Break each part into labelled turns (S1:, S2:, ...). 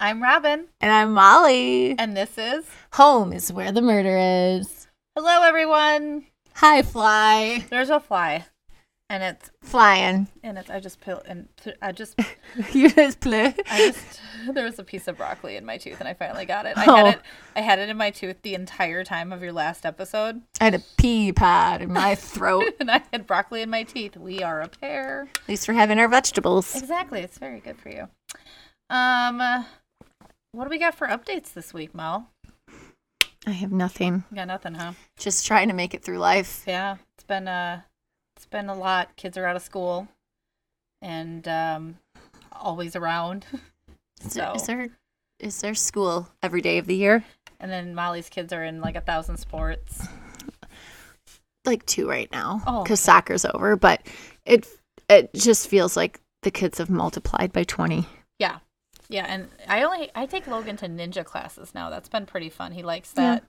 S1: I'm Robin,
S2: And I'm Molly.
S1: and this is
S2: Home is where the murder is.
S1: Hello, everyone.
S2: Hi, fly.
S1: There's a fly, and it's
S2: Flying.
S1: and it's I just pill and th- I just
S2: you just play.
S1: I just there was a piece of broccoli in my tooth, and I finally got it. I
S2: Oh.
S1: had it I had it in my tooth the entire time of your last episode,
S2: I had a pea pod in my throat.
S1: and I had broccoli in my teeth. We are a pair.
S2: At least we're having our vegetables.
S1: Exactly. It's very good for you. Um, uh, what do we got for updates this week, Mel?
S2: I have nothing.
S1: We got nothing, huh?
S2: Just trying to make it through life.
S1: Yeah, it's been uh it's been a lot. Kids are out of school and um always around.
S2: Is, there,
S1: So-
S2: is there is there school every day of the year?
S1: And then Molly's kids are in like a thousand sports.
S2: Like two right now because
S1: Oh, okay.
S2: soccer's over, but it it just feels like the kids have multiplied by twenty.
S1: Yeah. Yeah, and I only I take Logan to ninja classes now. That's been pretty fun. He likes
S2: Yeah.
S1: that.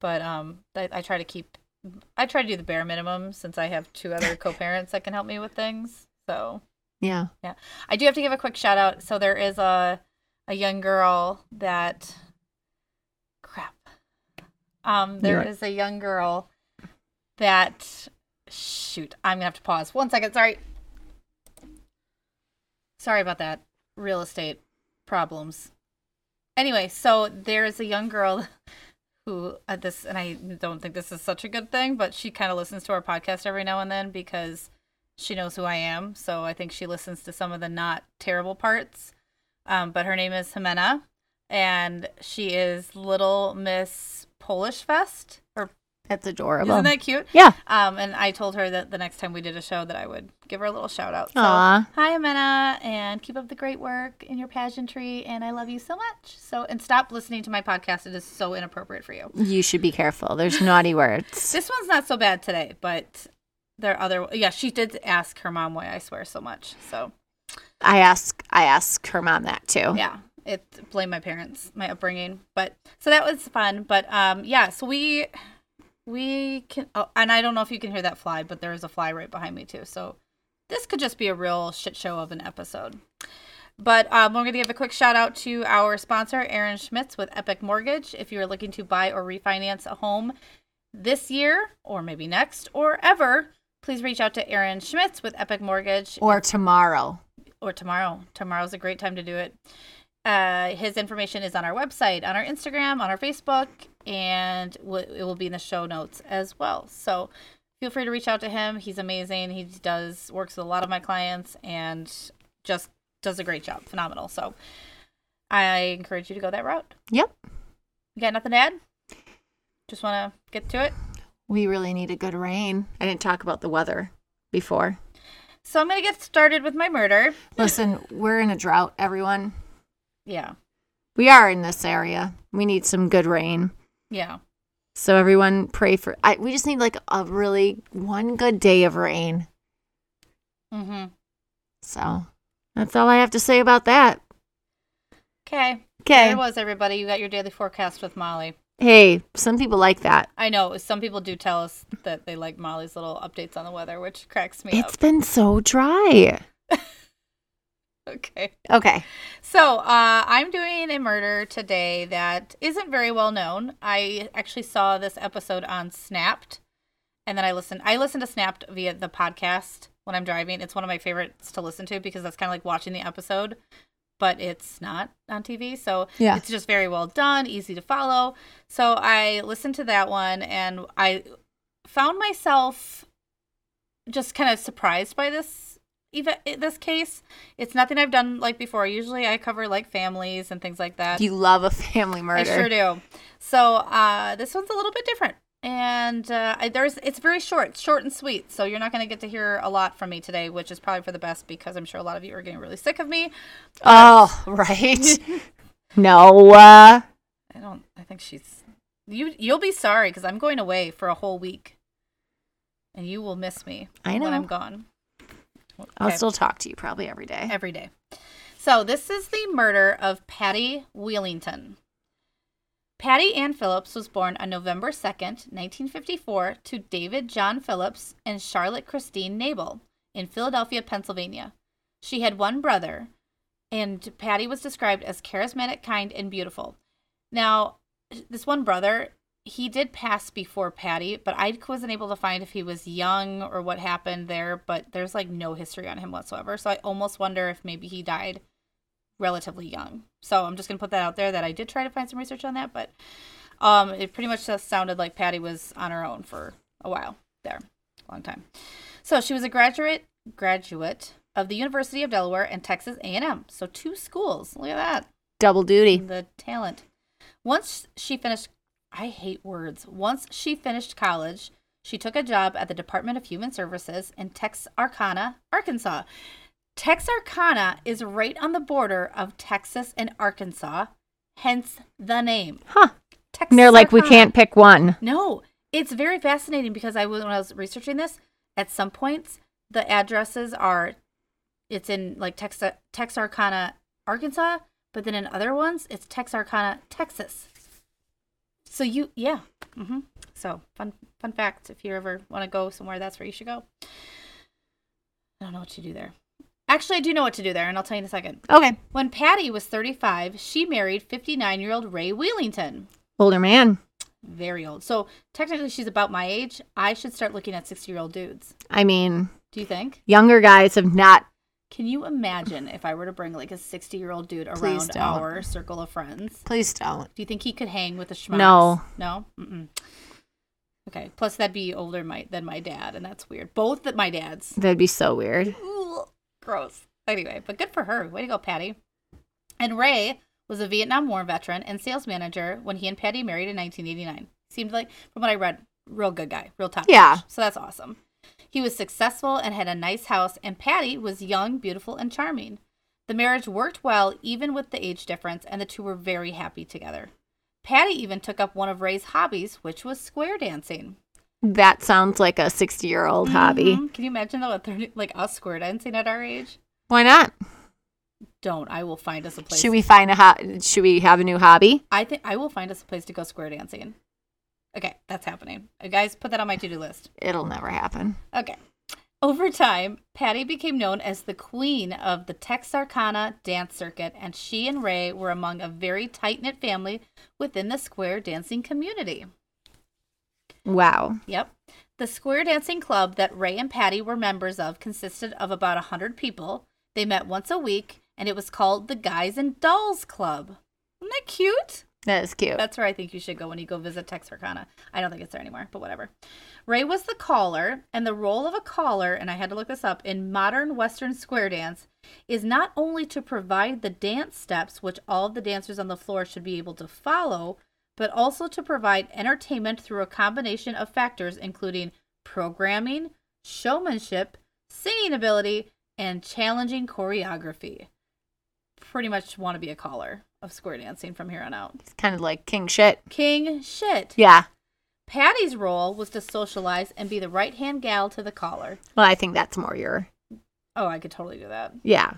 S1: But um I, I try to keep I try to do the bare minimum since I have two other co-parents that can help me with things. So
S2: Yeah.
S1: I do have to give a quick shout out. So there is a a young girl that crap. Um there
S2: You're
S1: is
S2: right.
S1: a young girl that shoot, I'm going to have to pause. One second, sorry. Sorry about that. Real estate problems. Anyway, so there is a young girl who uh, this and I don't think this is such a good thing, but she kind of listens to our podcast every now and then because she knows who I am. So I think she listens to some of the not terrible parts. Um, but her name is Jimena, and she is Little Miss Polish Fest. Or
S2: That's adorable.
S1: isn't that cute?
S2: yeah.
S1: Um, and I told her that the next time we did a show that I would give her a little shout out. So,
S2: Aw.
S1: hi Amena, and keep up the great work in your pageantry, and I love you so much. So, and stop listening to my podcast; it is so inappropriate for you.
S2: You should be careful. There's naughty words.
S1: This one's not so bad today, but there are other. Yeah, she did ask her mom why I swear so much. So,
S2: I ask I ask her mom that too.
S1: yeah it blame my parents my upbringing but so that was fun but um yeah so we we can oh, and i don't know if you can hear that fly but there is a fly right behind me too so this could just be a real shit show of an episode but um, we're going to give a quick shout out to our sponsor aaron schmitz with epic mortgage if you're looking to buy or refinance a home this year or maybe next or ever please reach out to aaron schmitz with epic mortgage
S2: Or tomorrow.
S1: or tomorrow. Tomorrow's a great time to do it. Uh, his information is on our website, on our Instagram, on our Facebook, and w- it will be in the show notes as well. So feel free to reach out to him. He's amazing. He does works with a lot of my clients and just does a great job. Phenomenal. So I encourage you to go that route.
S2: Yep.
S1: You got nothing to add? Just want to get to it.
S2: We really need a good rain. I didn't talk about the weather before.
S1: So I'm gonna get started with my murder.
S2: Listen, we're in a drought, everyone.
S1: Yeah,
S2: We are in this area. We need some good rain.
S1: yeah.
S2: So everyone pray for I we just need like a really one good day of rain.
S1: Mm-hmm.
S2: So that's all I have to say about that.
S1: Okay. There
S2: Okay.
S1: it was, everybody. You got your daily forecast with Molly.
S2: Hey, some people like that.
S1: I know some people do tell us that they like Molly's little updates on the weather, which cracks me
S2: It's
S1: up.
S2: been so dry.
S1: Okay.
S2: Okay.
S1: So, uh, I'm doing a murder today that isn't very well known. I actually saw this episode on Snapped, and then I listened. I listened to Snapped via the podcast when I'm driving. It's one of my favorites to listen to because that's kind of like watching the episode, but it's not on TV. So,
S2: Yeah.
S1: it's just very well done, easy to follow. So, I listened to that one, and I found myself just kind of surprised by this even eh, this case it's nothing i've done like before usually i cover like families and things like that
S2: You love a family murder.
S1: i sure do so uh this one's a little bit different and uh I, there's it's very short it's short and sweet so you're not going to get to hear a lot from me today which is probably for the best because i'm sure a lot of you are getting really sick of me
S2: Oh, right. no. Uh,
S1: i don't i think she's you you'll be sorry because i'm going away for a whole week and you will miss me
S2: I know.
S1: when i'm gone
S2: I'll
S1: Okay.
S2: still talk to you probably every day.
S1: every day. So this is the murder of Patty Wheelington. Patty Ann Phillips was born on November 2nd, 1954, to David John Phillips and Charlotte Christine Nabel in Philadelphia, Pennsylvania. She had one brother, and Patty was described as charismatic, kind, and beautiful. Now, this one brother, he did pass before Patty, but I wasn't able to find if he was young or what happened there, but there's like no history on him whatsoever. So I almost wonder if maybe he died relatively young. So I'm just going to put that out there that I did try to find some research on that, but um, it pretty much just sounded like Patty was on her own for a while there, a long time. So she was a graduate graduate of the University of Delaware and Texas A&M. So two schools. Look at that.
S2: Double duty.
S1: The talent. Once she finished I hate words. Once she finished college, she took a job at the Department of Human Services in Texarkana, Arkansas. Texarkana is right on the border of Texas and Arkansas, hence the name.
S2: Huh. And they're like, we can't pick one.
S1: No, it's very fascinating because I when I was researching this, at some points the addresses are, it's in like Tex- Texarkana, Arkansas, but then in other ones it's Texarkana, Texas. So you, yeah. Mm-hmm. So fun, fun fact. If you ever want to go somewhere, that's where you should go. I don't know what to do there. Actually, I do know what to do there, and I'll tell you in a second.
S2: Okay.
S1: When Patty was 35, she married 59 year old Ray Wheelington.
S2: Older man.
S1: Very old. So technically, she's about my age. I should start looking at 60 year old dudes.
S2: I mean,
S1: Do you think?
S2: younger guys have not.
S1: Can you imagine if I were to bring like a 60 year old dude
S2: Please
S1: around
S2: don't.
S1: our circle of friends?
S2: Please don't.
S1: Do you think he could hang with the schmucks?
S2: No.
S1: No? Mm-mm. Okay. Plus, that'd be older my, than my dad, and that's weird. Both of my dads.
S2: That'd be so weird.
S1: Ooh, gross. Anyway, but good for her. Way to go, Patty. And Ray was a Vietnam War veteran and sales manager when he and Patty married in 1989. Seemed like, from what I read, real good guy, real top.
S2: Yeah.
S1: notch. So that's awesome. He was successful and had a nice house, and Patty was young, beautiful, and charming. The marriage worked well, even with the age difference, and the two were very happy together. Patty even took up one of Ray's hobbies, which was square dancing.
S2: That sounds like a 60 year old hobby.
S1: Mhm. Can you imagine though, at 30, like us square dancing at our age?
S2: Why not?
S1: don't. I will find us a place.
S2: Should we find a ho- should we have a new hobby?
S1: I think I will find us a place to go square dancing. Okay, that's happening. You guys, put that on my to-do list.
S2: It'll never happen.
S1: Okay. Over time, Patty became known as the queen of the Texarkana dance circuit, and she and Ray were among a very tight-knit family within the square dancing community.
S2: Wow.
S1: Yep. The square dancing club that Ray and Patty were members of consisted of about a 100 people. They met once a week, and it was called the Guys and Dolls Club. Isn't that cute?
S2: That is cute.
S1: That's where I think you should go when you go visit Texarkana. I don't think it's there anymore, but whatever. Ray was the caller, and the role of a caller, and I had to look this up, in modern Western square dance is not only to provide the dance steps, which all of the dancers on the floor should be able to follow, but also to provide entertainment through a combination of factors, including programming, showmanship, singing ability, and challenging choreography. Pretty much want to be a caller of square dancing from here on out.
S2: It's kind of like king shit.
S1: King shit.
S2: Yeah.
S1: Patty's role was to socialize and be the right hand gal to the caller.
S2: Well, I think that's more your.
S1: Oh, I could totally do that.
S2: Yeah.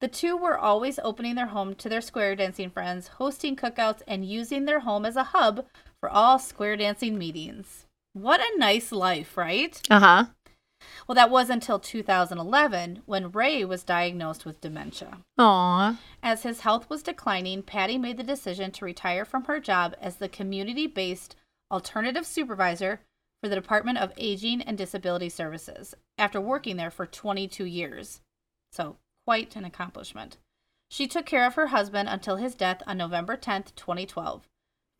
S1: The two were always opening their home to their square dancing friends, hosting cookouts, and using their home as a hub for all square dancing meetings. What a nice life, right?
S2: Uh huh.
S1: Well, that was until 2011 when Ray was diagnosed with dementia.
S2: Aw.
S1: As his health was declining, Patty made the decision to retire from her job as the community based alternative supervisor for the Department of Aging and Disability Services after working there for 22 years. So, quite an accomplishment. She took care of her husband until his death on November 10th, 2012.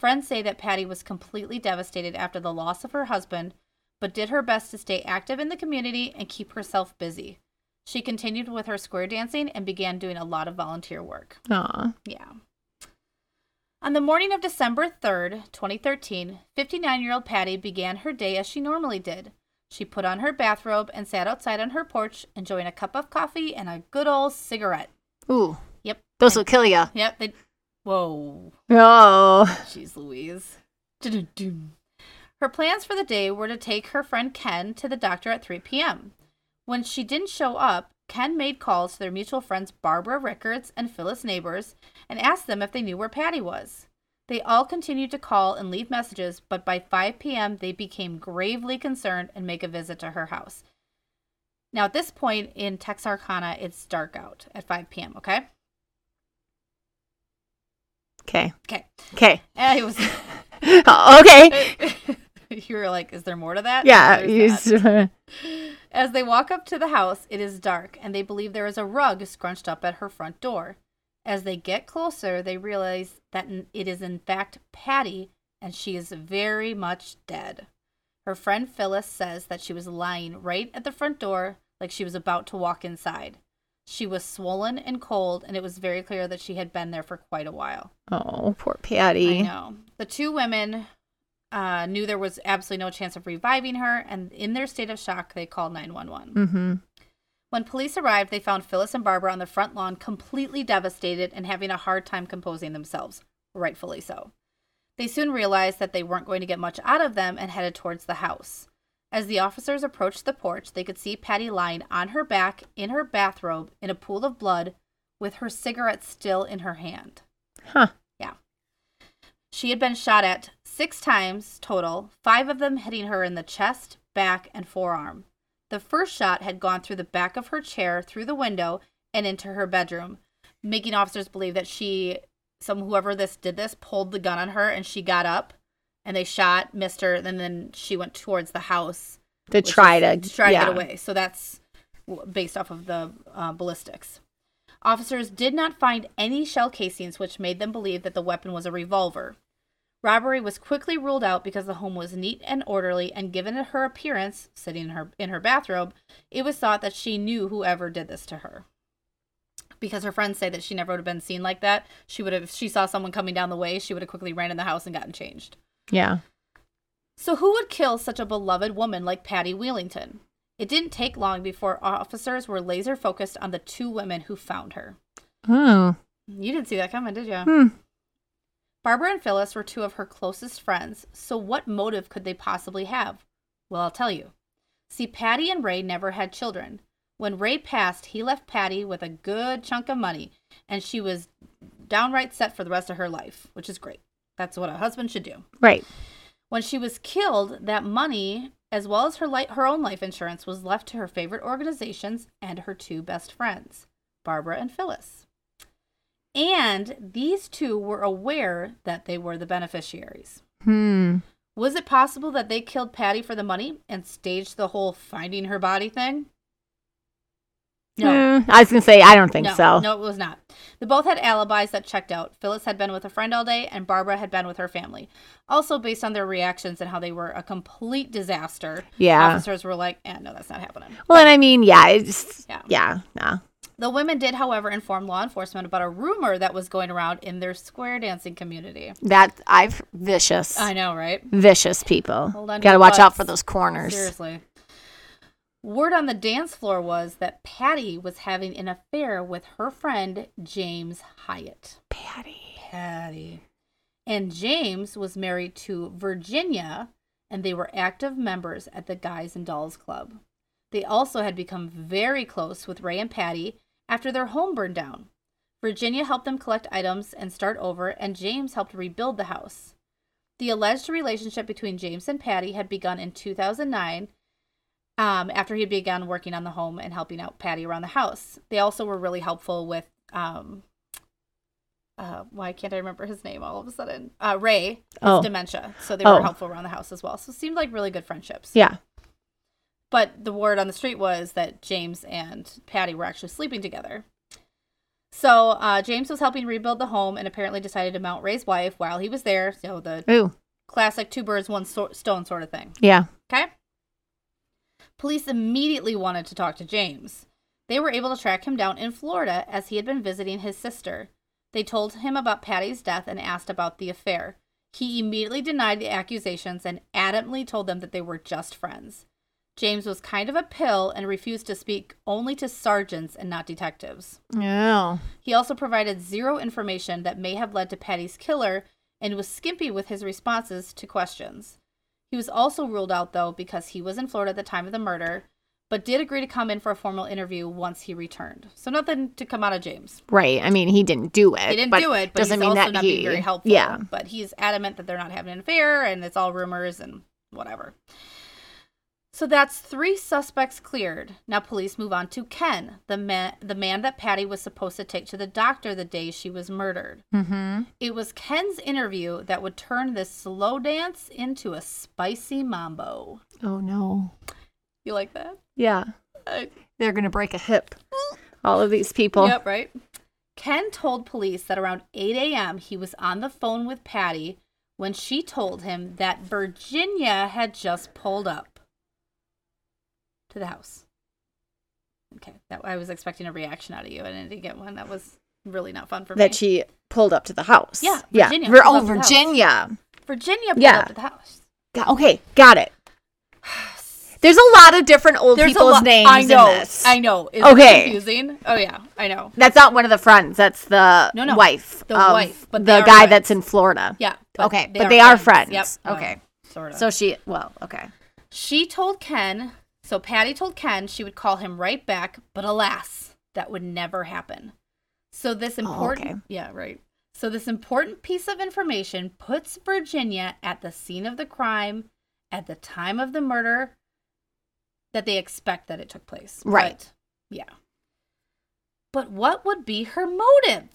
S1: Friends say that Patty was completely devastated after the loss of her husband, but did her best to stay active in the community and keep herself busy. She continued with her square dancing and began doing a lot of volunteer work.
S2: Aw.
S1: Yeah. On the morning of December 3rd, 2013, 59 year old Patty began her day as she normally did. She put on her bathrobe and sat outside on her porch, enjoying a cup of coffee and a good old cigarette.
S2: Ooh.
S1: Yep.
S2: Those will kill ya.
S1: Yep. They... Whoa.
S2: Oh.
S1: Jeez Louise. Dun-dun-dun. Her plans for the day were to take her friend Ken to the doctor at 3 p.m. When she didn't show up, Ken made calls to their mutual friends Barbara Rickards and Phyllis Neighbors and asked them if they knew where Patty was. They all continued to call and leave messages, but by 5 p.m., they became gravely concerned and make a visit to her house. Now, at this point in Texarkana, it's dark out at 5 p.m., okay?
S2: Okay.
S1: Okay.
S2: Okay. Oh,
S1: And it was.
S2: okay.
S1: you were like, is there more to that?
S2: Yeah.
S1: There's
S2: you
S1: that.
S2: s-
S1: As they walk up to the house, it is dark, and they believe there is a rug scrunched up at her front door. As they get closer, they realize that n- it is in fact Patty, and she is very much dead. Her friend Phyllis says that she was lying right at the front door, like she was about to walk inside. She was swollen and cold, and it was very clear that she had been there for quite a while.
S2: Oh, poor
S1: I
S2: Patty.
S1: know. The two women uh, knew there was absolutely no chance of reviving her, and in their state of shock, they called 911.
S2: Mm-hmm.
S1: When police arrived, they found Phyllis and Barbara on the front lawn, completely devastated and having a hard time composing themselves, rightfully so. They soon realized that they weren't going to get much out of them and headed towards the house. As the officers approached the porch, they could see Patty lying on her back in her bathrobe in a pool of blood with her cigarette still in her hand.
S2: Huh.
S1: She had been shot at six times total, five of them hitting her in the chest, back, and forearm. The first shot had gone through the back of her chair, through the window, and into her bedroom, making officers believe that she, some whoever this did this, pulled the gun on her and she got up and they shot, missed her, and then she went towards the house
S2: To
S1: which
S2: try to,
S1: is- try to
S2: yeah.
S1: get away. So that's w- based off of the uh, ballistics. Officers did not find any shell casings, which made them believe that the weapon was a revolver. Robbery was quickly ruled out because the home was neat and orderly, and given her appearance, sitting in her in her bathrobe, it was thought that she knew whoever did this to her. Because her friends say that she never would have been seen like that. She would have, if she saw someone coming down the way, she would have quickly ran in the house and gotten changed.
S2: Yeah.
S1: So, who would kill such a beloved woman like Patty Wheelington? It didn't take long before officers were laser focused on the two women who found her.
S2: Oh.
S1: You didn't see that coming, did you?
S2: Hmm.
S1: Barbara and Phyllis were two of her closest friends, so what motive could they possibly have? Well, I'll tell you. See, Patty and Ray never had children. When Ray passed, he left Patty with a good chunk of money, and she was downright set for the rest of her life, which is great. That's what a husband should do.
S2: Right.
S1: When she was killed, that money, as well as her li- her own life insurance, was left to her favorite organizations and her two best friends, Barbara and Phyllis. And these two were aware that they were the beneficiaries.
S2: Hmm.
S1: Was it possible that they killed Patty for the money and staged the whole finding her body thing? No.
S2: Eh, I was gonna say I don't think
S1: no,
S2: so.
S1: No, it was not. They both had alibis that checked out. Phyllis had been with a friend all day, and Barbara had been with her family. Also, based on their reactions and how they were a complete disaster,
S2: Yeah.
S1: officers were like, eh, no, that's not happening.
S2: Well, and I mean, yeah, it's
S1: Yeah.
S2: yeah, yeah, nah.
S1: The women did, however, inform law enforcement about a rumor that was going around in their square dancing community.
S2: that I've vicious,
S1: I know, right?
S2: vicious people.
S1: Hold on to
S2: Got to
S1: your
S2: watch out
S1: butts.
S2: for those corners.
S1: Seriously. Word on the dance floor was that Patty was having an affair with her friend James Hyatt.
S2: Patty.
S1: Patty. And James was married to Virginia, and they were active members at the Guys and Dolls Club. They also had become very close with Ray and Patty after their home burned down. Virginia helped them collect items and start over, and James helped rebuild the house. The alleged relationship between James and Patty had begun in 2009 um, after he began working on the home and helping out Patty around the house. They also were really helpful with, um, uh, why can't I remember his name all of a sudden? Uh, Ray, his
S2: Oh.
S1: dementia. So they
S2: Oh.
S1: were helpful around the house as well. So it seemed like really good friendships.
S2: Yeah.
S1: But the word on the street was that James and Patty were actually sleeping together. So uh, James was helping rebuild the home and apparently decided to mount Ray's wife while he was there. So the
S2: Ooh.
S1: classic two birds, one so- stone sort of thing.
S2: Yeah.
S1: Okay? Police immediately wanted to talk to James. They were able to track him down in Florida as he had been visiting his sister. They told him about Patty's death and asked about the affair. He immediately denied the accusations and adamantly told them that they were just friends. James was kind of a pill and refused to speak only to sergeants and not detectives.
S2: Oh.
S1: He also provided zero information that may have led to Patty's killer and was skimpy with his responses to questions. He was also ruled out, though, because he was in Florida at the time of the murder, but did agree to come in for a formal interview once he returned. So, nothing to come out of James.
S2: Right. I mean, he didn't do it.
S1: He didn't do it, but
S2: Uh,
S1: he's
S2: doesn't mean
S1: also
S2: that
S1: not
S2: he.
S1: being very helpful.
S2: Yeah.
S1: But he's adamant that they're not having an affair and it's all rumors and whatever. So that's three suspects cleared. Now police move on to Ken, the man, the man that Patty was supposed to take to the doctor the day she was murdered.
S2: Mm-hmm.
S1: It was Ken's interview that would turn this slow dance into a spicy mambo.
S2: Oh no.
S1: You like that?
S2: Yeah.
S1: Uh,
S2: They're gonna break a hip. All of these people.
S1: Yep, right. Ken told police that around 8 a.m. he was on the phone with Patty when she told him that Virginia had just pulled up to the house. Okay, that I was expecting a reaction out of you, and I didn't get one. That was really not fun for me.
S2: That she pulled up to the house.
S1: Yeah,
S2: Yeah.
S1: Virginia
S2: Vir-
S1: pulled
S2: oh,
S1: up to the house.
S2: Virginia.
S1: Virginia pulled
S2: Yeah.
S1: up to the house.
S2: Got- okay, got it. There's a lot of different old people's
S1: lot-
S2: names
S1: I know.
S2: in this.
S1: I know. Is
S2: Okay.
S1: It confusing. Oh yeah, I know.
S2: That's not one of the friends. That's the
S1: No, no.
S2: wife.
S1: The
S2: of
S1: wife, but they
S2: the
S1: are
S2: guy
S1: friends.
S2: that's in Florida.
S1: Yeah.
S2: Okay, but they are friends.
S1: Yep. uh,
S2: Okay.
S1: Well, sort of.
S2: So she, well, okay.
S1: She told Ken, so Patty told Ken she would call him right back, but alas, that would never happen. So this important
S2: Oh, okay.
S1: Yeah, right. So this important piece of information puts Virginia at the scene of the crime at the time of the murder that they expect that it took place.
S2: Right.
S1: But- yeah. But what would be her motive?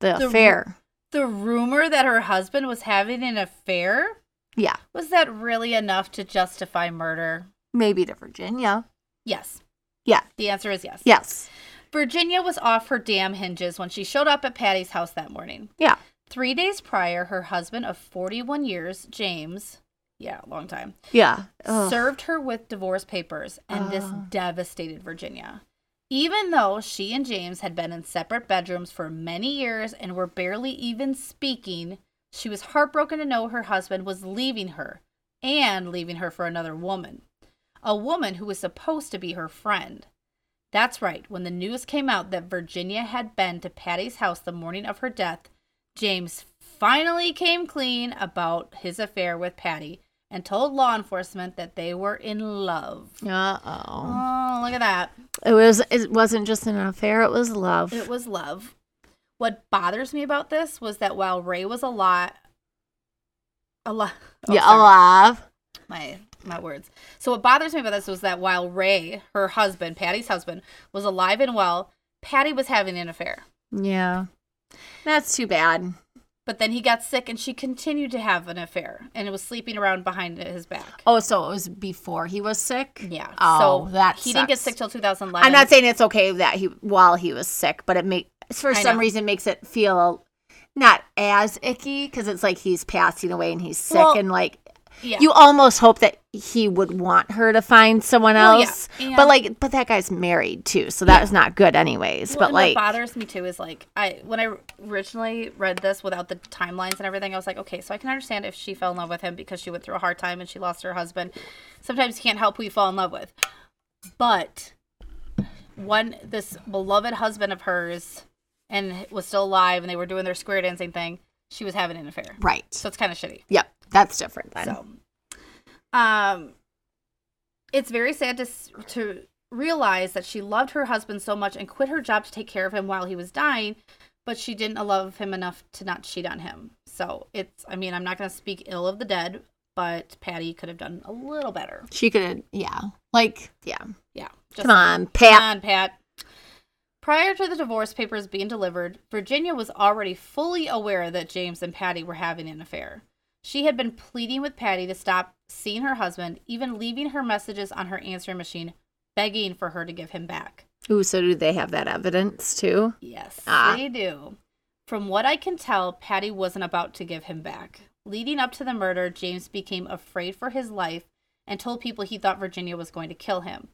S2: The,
S1: The-
S2: affair.
S1: The rumor that her husband was having an affair?
S2: Yeah.
S1: Was that really enough to justify murder?
S2: Maybe to Virginia.
S1: Yes.
S2: Yeah.
S1: The answer is yes.
S2: Yes.
S1: Virginia was off her damn hinges when she showed up at Patty's house that morning.
S2: Yeah.
S1: Three days prior, her husband of 41 years, James, yeah, long time,
S2: Yeah. Ugh.
S1: served her with divorce papers, and this
S2: Ugh.
S1: devastated Virginia. Even though she and James had been in separate bedrooms for many years and were barely even speaking, she was heartbroken to know her husband was leaving her and leaving her for another woman, a woman who was supposed to be her friend. That's right, when the news came out that Virginia had been to Patty's house the morning of her death, James finally came clean about his affair with Patty and told law enforcement that they were in love.
S2: Uh-oh.
S1: Oh, look at that.
S2: It was it wasn't just an affair, it was love.
S1: It was love. What bothers me about this was that while Ray was a lot, a lot, oh,
S2: yeah,
S1: sorry.
S2: alive.
S1: my my words. So what bothers me about this was that while Ray, her husband, Patty's husband, was alive and well, Patty was having an affair.
S2: Yeah. That's too bad.
S1: But then he got sick and she continued to have an affair and was sleeping around behind his back.
S2: Oh, so it was before he was sick?
S1: Yeah.
S2: Oh,
S1: so
S2: that
S1: he didn't get
S2: sucks.
S1: sick till 2011.
S2: I'm not saying it's okay that he while he was sick, but it make for
S1: I
S2: some
S1: know.
S2: reason makes it feel not as icky because it's like he's passing away and he's sick
S1: Well,
S2: and like
S1: yeah.
S2: you almost hope that he would want her to find someone
S1: Well, yeah,
S2: else,
S1: and-
S2: but like but that guy's married too, so that's not good anyways.
S1: Well,
S2: but
S1: and
S2: like
S1: what bothers me too is like I when I originally read this without the timelines and everything, I was like, okay, so I can understand if she fell in love with him because she went through a hard time and she lost her husband. Sometimes you can't help who you fall in love with, but one this beloved husband of hers and was still alive and they were doing their square dancing thing. She was having an affair,
S2: right,
S1: so it's kind of shitty.
S2: yep, that's different then.
S1: So, um, it's very sad to s- to realize that she loved her husband so much and quit her job to take care of him while he was dying, but she didn't love him enough to not cheat on him. So it's, I mean, I'm not going to speak ill of the dead, but Patty could have done a little better.
S2: She could, yeah, like yeah.
S1: Yeah, just
S2: Come on,
S1: Come
S2: Pat.
S1: on, Pat. Prior to the divorce papers being delivered, Virginia was already fully aware that James and Patty were having an affair. She had been pleading with Patty to stop seeing her husband, even leaving her messages on her answering machine, begging for her to give him back.
S2: Ooh, so do they have that evidence too?
S1: Yes,
S2: Ah.
S1: they do. From what I can tell, Patty wasn't about to give him back. Leading up to the murder, James became afraid for his life and told people he thought Virginia was going to kill him.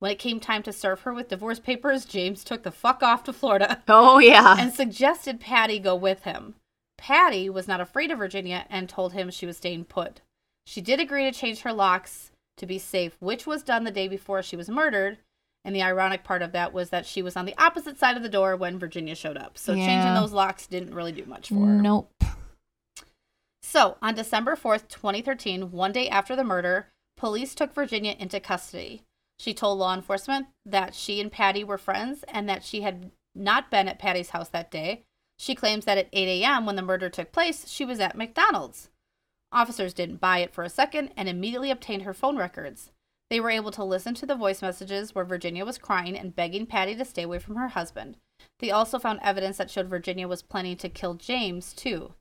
S1: When it came time to serve her with divorce papers, James took the fuck off to Florida
S2: Oh yeah,
S1: and suggested Patty go with him. Patty was not afraid of Virginia and told him she was staying put. She did agree to change her locks to be safe, which was done the day before she was murdered. And the ironic part of that was that she was on the opposite side of the door when Virginia showed up. So changing
S2: Yeah.
S1: those locks didn't really do much for her.
S2: nope.
S1: So, on December 4th, 2013, one day after the murder, police took Virginia into custody. She told law enforcement that she and Patty were friends and that she had not been at Patty's house that day. She claims that at 8 a.m., when the murder took place, she was at McDonald's. Officers didn't buy it for a second and immediately obtained her phone records. They were able to listen to the voice messages where Virginia was crying and begging Patty to stay away from her husband. They also found evidence that showed Virginia was planning to kill James, too.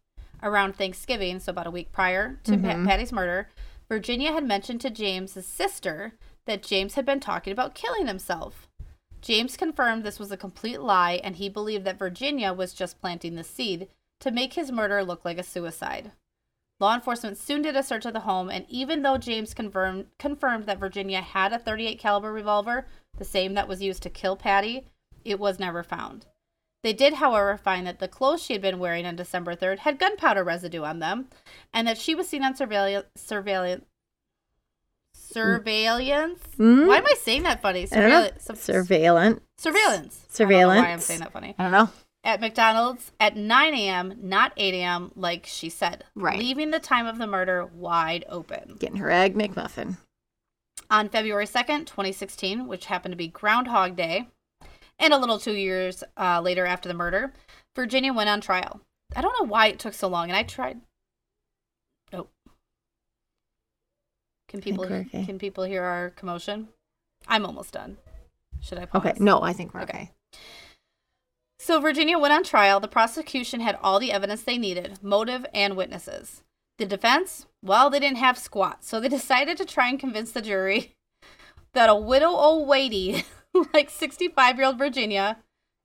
S1: Around Thanksgiving, so about a week prior to Pa- Patty's murder, Virginia had mentioned to James's sister that James had been talking about killing himself. James confirmed this was a complete lie and he believed that Virginia was just planting the seed to make his murder look like a suicide. Law enforcement soon did a search of the home and even though James confirmed confirmed that Virginia had a 38 caliber revolver, the same that was used to kill Patty, it was never found. They did, however, find that the clothes she had been wearing on December 3rd had gunpowder residue on them and that she was seen on surveillance surveillance surveillance.
S2: Mm.
S1: Why am I saying that funny?
S2: I don't know.
S1: Surveillance. sur-
S2: Surveillant.
S1: surveillance. I don't know why I'm
S2: Surveillance.
S1: saying that funny.
S2: I don't know.
S1: At McDonald's at 9 a.m., not 8 a.m., like she said.
S2: Right.
S1: Leaving the time of the murder wide open.
S2: Getting her egg McMuffin.
S1: On February 2nd, 2016, which happened to be Groundhog Day, and a little two years uh, later after the murder, Virginia went on trial. I don't know why it took so long, and I tried. Oh. Can
S2: think
S1: people
S2: we're okay.
S1: can people hear our commotion? I'm almost done. Should I pause?
S2: Okay. No, I think we're
S1: Okay.
S2: okay.
S1: So Virginia went on trial. The prosecution had all the evidence they needed, motive and witnesses. The defense, well, they didn't have squat, so they decided to try and convince the jury that a widow old lady like 65 year old Virginia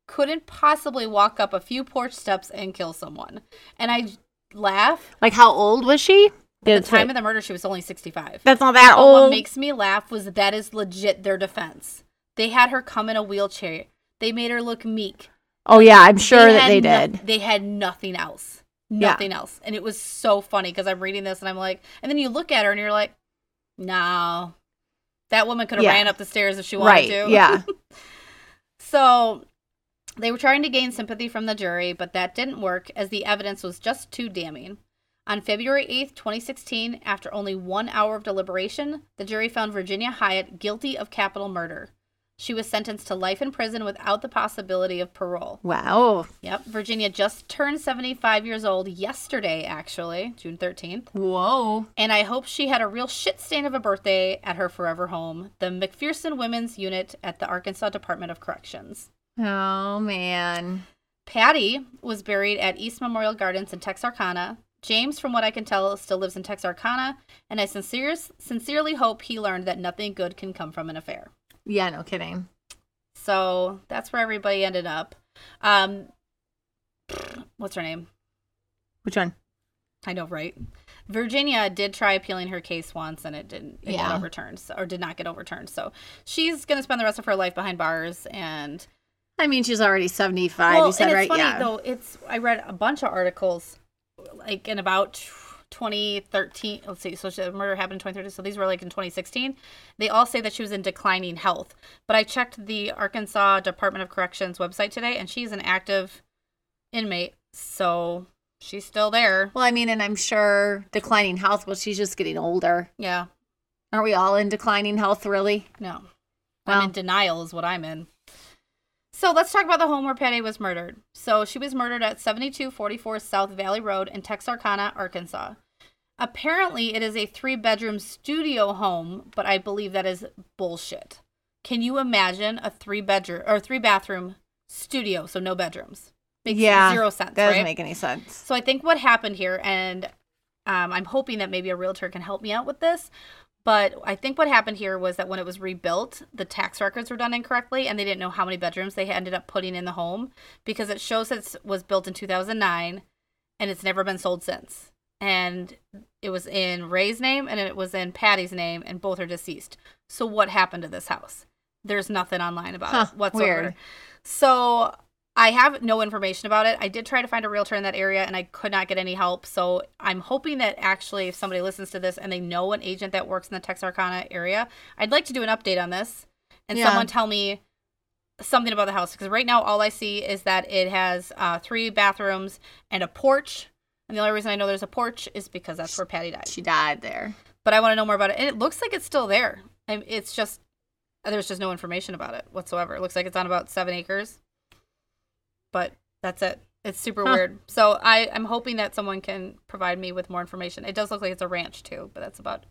S1: couldn't possibly walk up a few porch steps and kill someone. And I laugh.
S2: Like, how old was she?
S1: At the time of the murder, she was only 65.
S2: That's not that
S1: But what
S2: old.
S1: makes me laugh was that is legit their defense. They had her come in a wheelchair. They made her look meek.
S2: oh, yeah. I'm sure that
S1: had
S2: they
S1: no-
S2: did.
S1: they had nothing else.
S2: Yeah.
S1: Nothing else. And it was so funny because I'm reading this and I'm like, and then you look at her and you're like, no, that woman could have
S2: Yeah.
S1: ran up the stairs if she wanted
S2: right.
S1: to.
S2: Yeah.
S1: So they were trying to gain sympathy from the jury, but that didn't work as the evidence was just too damning. On February 8th, 2016, after only one hour of deliberation, the jury found Virginia Hyatt guilty of capital murder. She was sentenced to life in prison without the possibility of parole.
S2: wow.
S1: Yep, Virginia just turned 75 years old yesterday, actually, June 13th.
S2: Whoa.
S1: And I hope she had a real shit stain of a birthday at her forever home, the McPherson Women's Unit at the Arkansas Department of Corrections.
S2: Oh, man.
S1: Patty was buried at East Memorial Gardens in Texarkana. James, from what I can tell, still lives in Texarkana, and I sincere, sincerely hope he learned that nothing good can come from an affair.
S2: Yeah, no kidding.
S1: So that's where everybody ended up. Um, what's her name?
S2: Which one?
S1: I know, right? Virginia did try appealing her case once, and it didn't. It
S2: Yeah.
S1: got overturned, so- or did not get overturned. So she's going to spend the rest of her life behind bars. And
S2: I mean, she's already 75. you said,
S1: and it's
S2: right?
S1: funny
S2: yeah.
S1: though. It's I read a bunch of articles, like in about 2013. Let's see. So she- the murder happened in 2013. So these were like in 2016. They all say that she was in declining health. But I checked the Arkansas Department of Corrections website today, and she's an active inmate, so she's still there.
S2: Well, I mean, and I'm sure declining health, well, she's just getting older.
S1: Yeah.
S2: Aren't we all in declining health, really?
S1: No. I'm
S2: Well-
S1: in denial is what I'm in. So let's talk about the home where Patty was murdered. So she was murdered at 7244 South Valley Road in Texarkana, Arkansas. Apparently, it is a three bedroom studio home, but I believe that is bullshit. Can you imagine a three bedroom or three bathroom studio? So no bedrooms. Makes zero sense.
S2: That doesn't
S1: right?
S2: make any sense.
S1: So I think what happened here, and um, I'm hoping that maybe a realtor can help me out with this, but I think what happened here was that when it was rebuilt, the tax records were done incorrectly, and they didn't know how many bedrooms they ended up putting in the home because it shows it was built in 2009, and it's never been sold since. And it was in Ray's name and it was in Patty's name, and both are deceased. So what happened to this house? There's nothing online about
S2: Huh,
S1: it whatsoever.
S2: weird.
S1: So I have no information about it. I did try to find a realtor in that area and I could not get any help. So I'm hoping that actually, if somebody listens to this and they know an agent that works in the Texarkana area, I'd like to do an update on this and
S2: Yeah.
S1: someone tell me something about the house because right now all I see is that it has uh, three bathrooms and a porch. And the only reason I know there's a porch is because that's where Patty died.
S2: She died there.
S1: But I want to know more about it. And it looks like it's still there. And It's just, there's just no information about it whatsoever. It looks like it's on about seven acres. But that's it. It's super
S2: Huh.
S1: weird. So I, I'm hoping that someone can provide me with more information. It does look like it's a ranch too, but that's about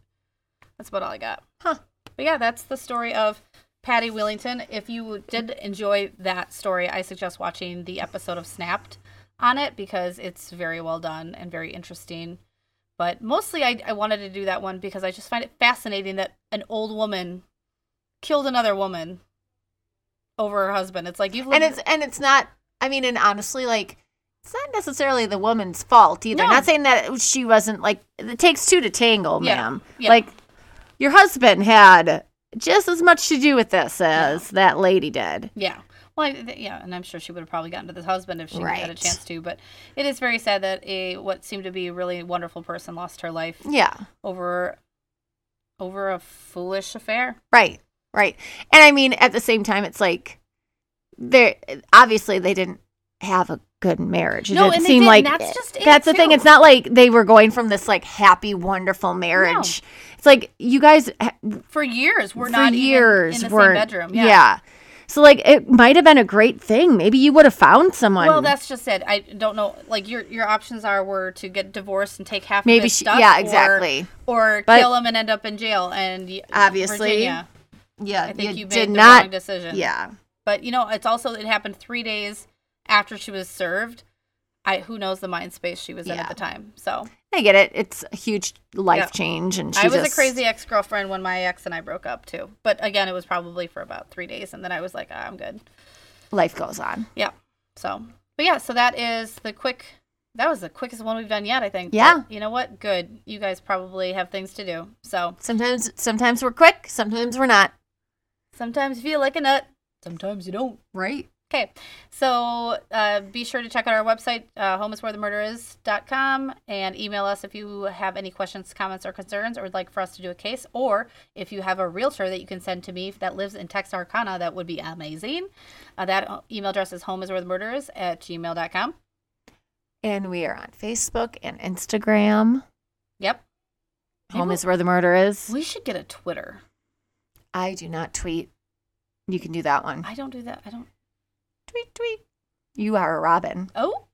S1: that's about all I got.
S2: Huh.
S1: But yeah, that's the story of Patty Willington. If you did enjoy that story, I suggest watching the episode of Snapped on it because it's very well done and very interesting. But mostly, I, I wanted to do that one because I just find it fascinating that an old woman killed another woman over her husband. It's like you've
S2: and
S1: lived
S2: it's and it's not i mean and honestly like it's not necessily the woman's fault either
S1: No.
S2: not saying that she wasn't like it takes two to tangle
S1: Yeah.
S2: ma'am
S1: Yeah.
S2: like your husband had just as much to do with this as that lady did
S1: Yeah. Well, I, th- yeah, and I'm sure she would have probably gotten to this husband if she had a
S2: Right.
S1: chance to. But it is very sad that a what seemed to be a really wonderful person lost her life
S2: yeah
S1: over over a foolish affair.
S2: right right and i mean at the same time it's like there obviously they didn't have a good marriage it
S1: No,
S2: didn't
S1: and they
S2: seem
S1: didn't.
S2: like
S1: That's just it,
S2: that's the thing
S1: too.
S2: it's not like they were going from this like happy wonderful marriage it's like you guys ha-
S1: For years, we're
S2: for
S1: not even
S2: years
S1: in the same
S2: weren't-
S1: bedroom.
S2: Yeah. So like it might have been a great thing. Maybe you would have found someone.
S1: Well, that's just it. I don't know. Like your your options are were to get divorced and take half of
S2: Maybe
S1: his
S2: she-
S1: stuff,
S2: yeah,
S1: or-
S2: exactly.
S1: or,
S2: But-
S1: kill him and end up in jail. And y-
S2: Obviously,
S1: Virginia,
S2: yeah.
S1: I think you, made
S2: did
S1: the
S2: not.
S1: wrong decision.
S2: Yeah.
S1: But you know, it's also it happened three days after she was served. I who knows the mind space she was in
S2: Yeah.
S1: at the time. So
S2: I get it. It's a huge life
S1: Yeah.
S2: change, and she
S1: I was
S2: just-
S1: a crazy ex girlfriend when my ex and I broke up too. But again, it was probably for about three days, and then I was like, ah, I'm good.
S2: Life goes on.
S1: Yeah. So, but yeah, so that is the quick. That was the quickest one we've done yet, I think. But
S2: Yeah.
S1: you know what? Good. You guys probably have things to do. So
S2: Sometimes, sometimes we're quick. Sometimes we're not.
S1: sometimes you feel like a nut. Sometimes you don't.
S2: Right.
S1: Okay, so uh, be sure to check out our website, uh, homeiswherethemurderis.com, and email us if you have any questions, comments, or concerns, or would like for us to do a case, or if you have a realtor that you can send to me that lives in Texarkana, that would be amazing. Uh, that uh, email address is homeiswherethemurderis at gmail.com.
S2: And we are on Facebook and Instagram.
S1: Yep.
S2: Home
S1: Maybe
S2: is where the murder is.
S1: We should get a Twitter.
S2: I do not tweet. You can do that one.
S1: I don't do that. I don't.
S2: tweet, tweet. You are a robin.
S1: Oh,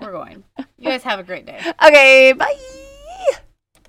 S1: we're going. You guys have a great day.
S2: Okay. Bye.